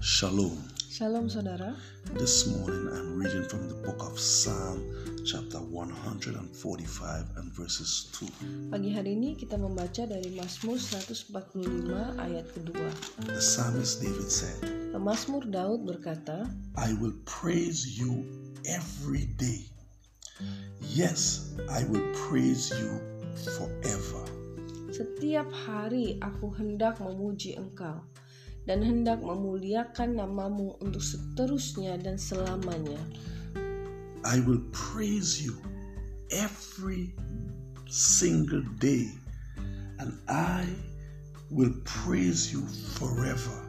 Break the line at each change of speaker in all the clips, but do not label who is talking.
Shalom.
Shalom saudara,
This morning I'm reading from the book of Psalm, chapter 145, and verses 2.
pagi hari ini kita membaca dari Mazmur 145 ayat kedua.
The psalmist David said,
Pemazmur Daud berkata,
I will praise you every day. Yes, I will praise you forever.
Setiap hari aku hendak memuji engkau dan hendak memuliakan namamu untuk seterusnya dan selamanya.
I will praise you every single day, and I will praise you forever.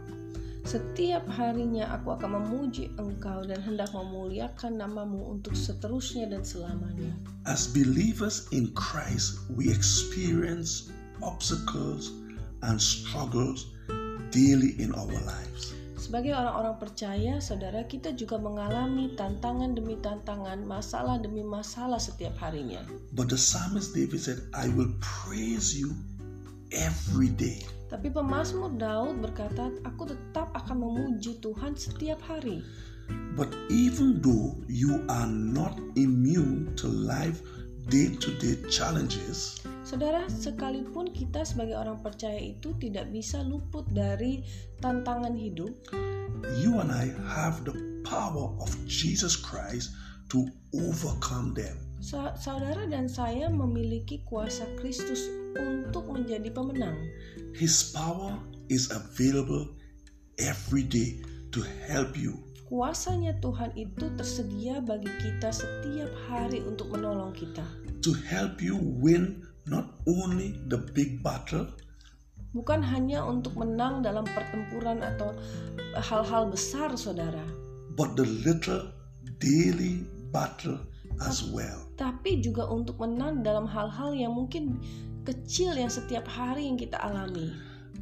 Setiap harinya aku akan memuji engkau dan hendak memuliakan namamu untuk seterusnya dan selamanya.
As believers in Christ, we experience obstacles and struggles daily in our lives.
Sebagai orang-orang percaya, saudara kita juga mengalami tantangan demi tantangan, masalah demi masalah setiap harinya.
But the psalmist David said, I will praise you every day.
Tapi pemazmur Daud berkata, "Aku tetap akan memuji Tuhan setiap hari."
But even though you are not immune to life day to day challenges,
Saudara, sekalipun kita sebagai orang percaya itu tidak bisa luput dari tantangan hidup,
you and I have the power of Jesus Christ to overcome them.
sa- saudara dan saya memiliki kuasa Kristus untuk menjadi pemenang.
His power is available every day to help you.
Kuasanya Tuhan itu tersedia bagi kita setiap hari untuk menolong kita.
to help you win not only the big battle,
bukan hanya untuk menang dalam pertempuran atau eh, hal-hal besar, saudara,
but the little daily battle as well.
tapi juga untuk menang dalam hal-hal yang mungkin kecil yang setiap hari yang kita alami.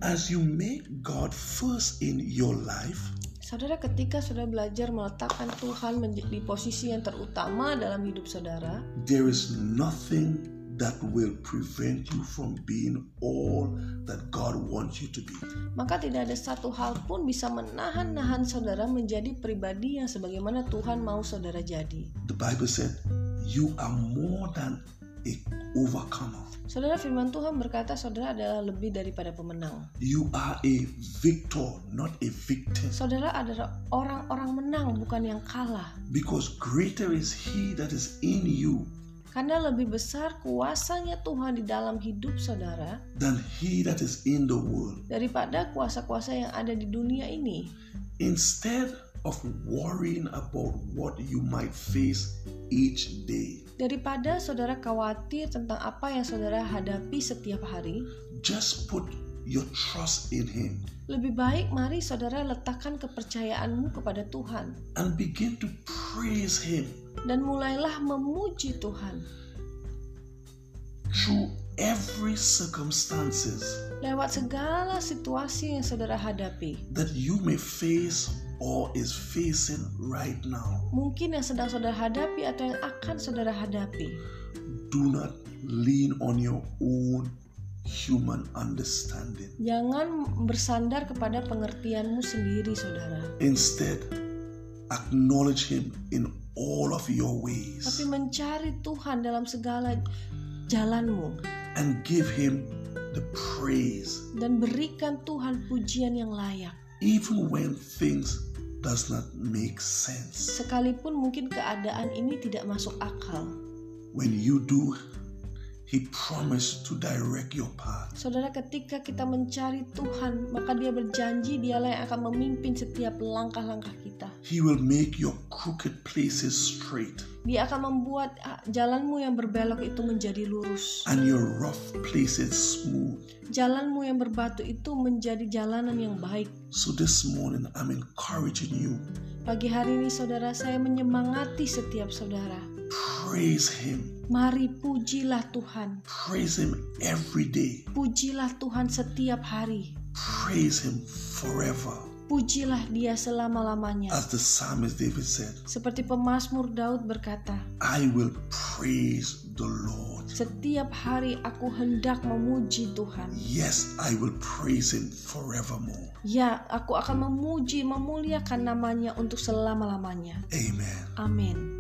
As you make God first in your life,
Saudara, ketika sudah belajar meletakkan Tuhan menj- di posisi yang terutama dalam hidup saudara,
there is nothing that will prevent you from being all that God wants you to be.
maka tidak ada satu hal pun bisa menahan-nahan saudara menjadi pribadi yang sebagaimana Tuhan mau saudara jadi.
The Bible said, You are more than a overcomer.
Saudara, firman Tuhan berkata, saudara adalah lebih daripada pemenang.
You are a victor, not a victim.
Saudara adalah orang-orang menang, bukan yang kalah.
Because greater is He that is in you
Karena lebih besar kuasanya Tuhan di dalam hidup saudara
than he that is in the world.
daripada kuasa-kuasa yang ada di dunia ini.
Instead of worrying about what you might face each day,
Daripada saudara khawatir tentang apa yang saudara hadapi setiap hari,
just put your trust in him
lebih baik mari saudara letakkan kepercayaanmu kepada Tuhan
and begin to praise him
dan mulailah memuji Tuhan
through every circumstances
lewat segala situasi yang saudara hadapi.
that you may face or is facing right now.
Mungkin yang sedang saudara hadapi atau yang akan saudara hadapi.
Do not lean on your own human understanding.
Jangan bersandar kepada pengertianmu sendiri, saudara.
Instead, acknowledge him in all of your ways.
tapi mencari Tuhan dalam segala jalanmu
and give him the praise
dan berikan Tuhan pujian yang layak
even when things does not make sense
sekalipun mungkin keadaan ini tidak masuk akal
when you do he promised to direct your path
saudara ketika kita mencari Tuhan maka dia berjanji dialah yang akan memimpin setiap langkah-langkah kita
he will make your crooked places straight
dia akan membuat ah, jalanmu yang berbelok itu menjadi lurus
and your rough places smooth
jalanmu yang berbatu itu menjadi jalanan yang baik
so this morning i'm encouraging you
pagi hari ini saudara saya menyemangati setiap saudara
praise him
mari pujilah Tuhan
praise him every day
Pujilah Tuhan setiap hari.
praise him forever
Pujilah Dia selama-lamanya.
as the psalmist david said
Seperti pemazmur Daud berkata,
i will praise the lord Lord.
Setiap hari aku hendak memuji Tuhan.
Yes, I will praise Him forevermore.
Ya, aku akan memuji, memuliakan namanya untuk selama-lamanya.
Amen.
Amin.